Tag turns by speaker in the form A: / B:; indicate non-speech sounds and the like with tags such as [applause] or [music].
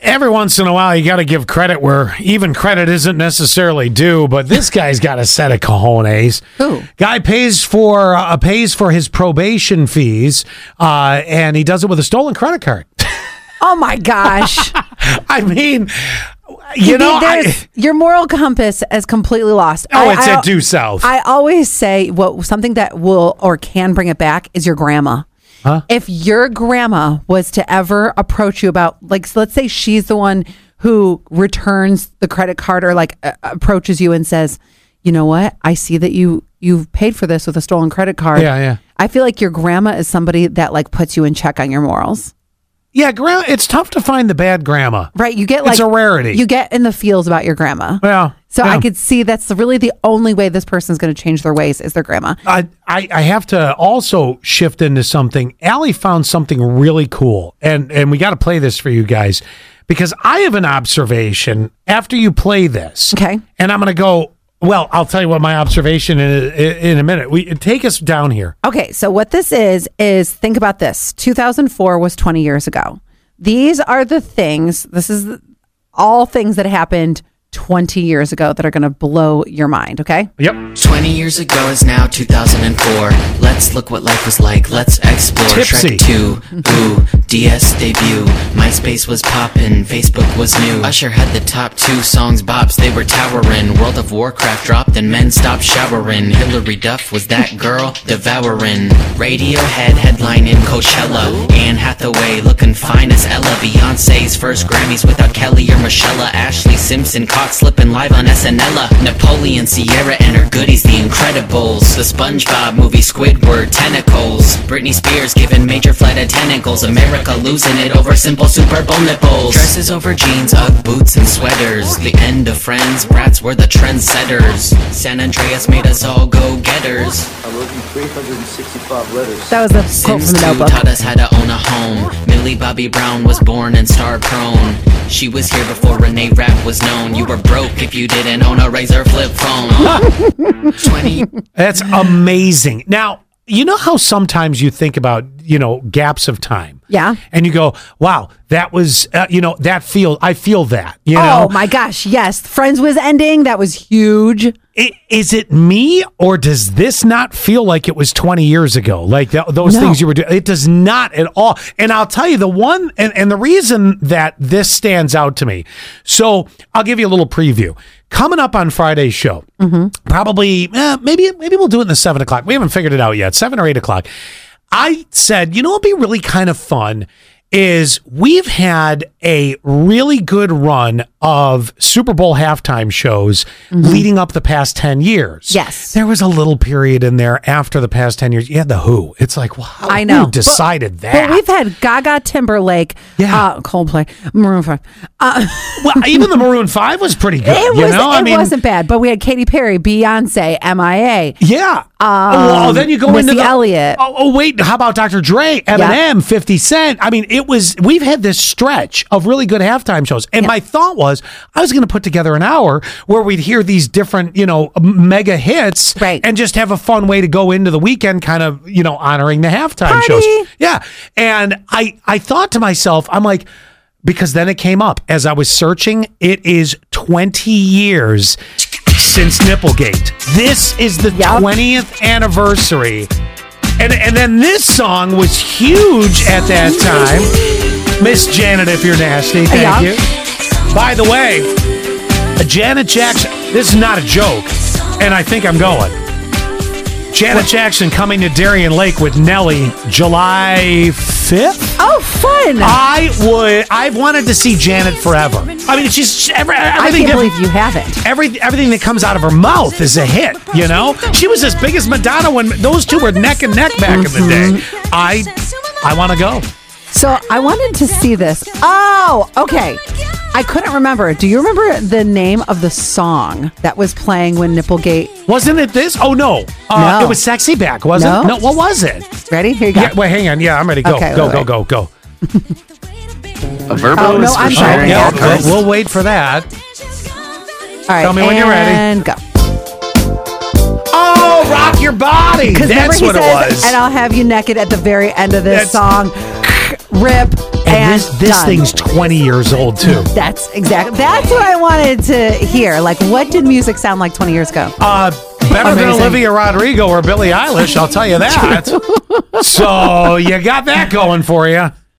A: every once in a while, you got to give credit where even credit isn't necessarily due. But this guy's got a set of cojones.
B: Who?
A: Guy pays for uh, pays for his probation fees, uh, and he does it with a stolen credit card. [laughs]
B: Oh my gosh.
A: I mean, [laughs] you know, I,
B: There's- your moral compass is completely lost.
A: oh,
B: I-
A: it's
B: I-
A: at due south.
B: I always say what something that will or can bring it back is your grandma. If your grandma was to ever approach you about, like, so let's say she's the one who returns the credit card or like uh, approaches you and says, "You know what? I see that you you've paid for this with a stolen credit card."
A: Yeah, yeah.
B: I feel like your grandma is somebody that like puts you in check on your morals,
A: yeah, gra- it's tough to find the bad grandma.
B: right? You get like
A: It's a rarity.
B: You get in the feels about your grandma.
A: Well,
B: So
A: yeah.
B: I could see that's the- really the only way this person's going to change their ways is their grandma.
A: I, I I have to also shift into something. Allie found something really cool, and and we got to play this for you guys because I have an observation after you play this.
B: Okay.
A: and I'm gonna go. Well, I'll tell you what my observation in in a minute. We take us down here.
B: Okay, so what this is is think about this. 2004 was 20 years ago. These are the things, this is all things that happened 20 years ago that are going to blow your mind, okay?
A: Yep.
C: 20 years ago is now 2004. Let's look what life was like. Let's explore.
A: Tipsy.
C: Shrek 2, Ooh, DS debut. MySpace was poppin', Facebook was new. Usher had the top two songs bops, they were towering. World of Warcraft dropped and men stopped showering. Hillary Duff was that girl devouring. Radiohead headlining Coachella. Anne Hathaway looking fine as Ella. Beyonce's first Grammys without Kelly or Michelle. Ashley Simpson caught slipping live on SNL. uh, Napoleon Sierra and her goodies, The Incredibles. The SpongeBob movie Squidward Tentacles. Britney Spears giving major flight of tentacles. America losing it over simple Super Bowl nipples. Dresses over jeans, Ugg boots, and sweaters. The end of friends, brats were the trendsetters. San Andreas made us all go getters.
D: I wrote you 365 letters.
B: That was a quote
C: Sims
B: from the
C: 2
B: notebook.
C: taught us how to own a home. Millie Bobby Brown was born and star prone. She was here before Renee Rapp was known. You were broke if you didn't own a razor flip
B: [laughs]
C: phone. 20
A: That's amazing. Now, you know how sometimes you think about, you know, gaps of time.
B: Yeah.
A: And you go, wow, that was, uh, you know, that feel, I feel that, you know?
B: Oh my gosh, yes. Friends was ending. That was huge.
A: I- Is it me or does this not feel like it was 20 years ago? Like th- those
B: No.
A: things you were doing, it does not at all. And I'll tell you the one, and, and the reason that this stands out to me. So I'll give you a little preview. Coming up on Friday's show, probably, eh, maybe, maybe we'll do it in the seven o'clock. We haven't figured it out yet, seven or eight o'clock. I said, you know, it'd be really kind of fun is we've had a really good run of Super Bowl halftime shows leading up the past 10 years.
B: Yes.
A: There was a little period in there after the past 10 years. You had the Who. It's like, wow,
B: I know.
A: who decided that?
B: But we've had Gaga Timberlake,
A: Yeah.
B: uh, Coldplay, Maroon 5. Uh,
A: well, even the Maroon 5 was pretty good.
B: it
A: you
B: was,
A: know? I
B: it
A: mean,
B: wasn't bad, but we had Katy Perry, Beyonce, MIA.
A: Yeah. Oh, well, then you go
B: Um, Missy
A: into the,
B: Elliott.
A: Oh, oh, wait. How about Dr. Dre, Eminem, 50 Cent? I mean, it was, we've had this stretch of really good halftime shows. And my thought was, I was going to put together an hour where we'd hear these different, you know, mega hits
B: Right.
A: and just have a fun way to go into the weekend, kind of, you know, honoring the halftime shows.
B: Party.
A: Yeah. And I, I thought to myself, I'm like, because then it came up as I was searching, it is 20 years since Nipplegate. This is the
B: Yup.
A: 20th anniversary. And, and then this song was huge at that time. Miss Janet, if you're nasty. Thank
B: Yup.
A: you. By the way, Janet Jackson, this is not a joke, and I think I'm going. Janet Jackson coming to Darien Lake with Nelly July 5th?
B: Oh, fun.
A: I would. I've wanted to see Janet forever. I mean, she's she- every,
B: I
A: everything.
B: can't
A: that-
B: believe you haven't.
A: Every, everything that comes out of her mouth is a hit, you know? She was as big as Madonna when those two were neck and neck back in the
B: Mm-hmm.
A: day. I I want to go.
B: So I wanted to see this. Oh, okay. I couldn't remember. Do you remember the name of the song that was playing when Nipplegate?
A: Wasn't it this? Oh, no. Uh,
B: No.
A: It was Sexy Back, wasn't it?
B: No.
A: No, what was it?
B: Ready? Here you go.
A: Yeah, wait, hang on. Yeah, I'm ready. Go,
B: Okay,
A: go,
B: wait,
A: go,
B: wait.
A: go, go.
B: oh no, I'm sorry.
A: Yeah,
B: All
A: we'll, we'll wait for that.
B: right,
A: Tell me when you're ready.
B: And go.
A: Oh, rock your body.
B: Because
A: That's what
B: says,
A: it was.
B: And I'll have you naked at the very end of
A: That's-
B: this song. Rip.
A: And,
B: And
A: this this
B: done.
A: thing's 20 years old too.
B: That's exactly. That's what I wanted to hear. Like, what did music sound like 20 years ago?
A: Uh, better than
B: Amazing.
A: Olivia Rodrigo or Billie Eilish, I'll tell you that. so you got that going for you.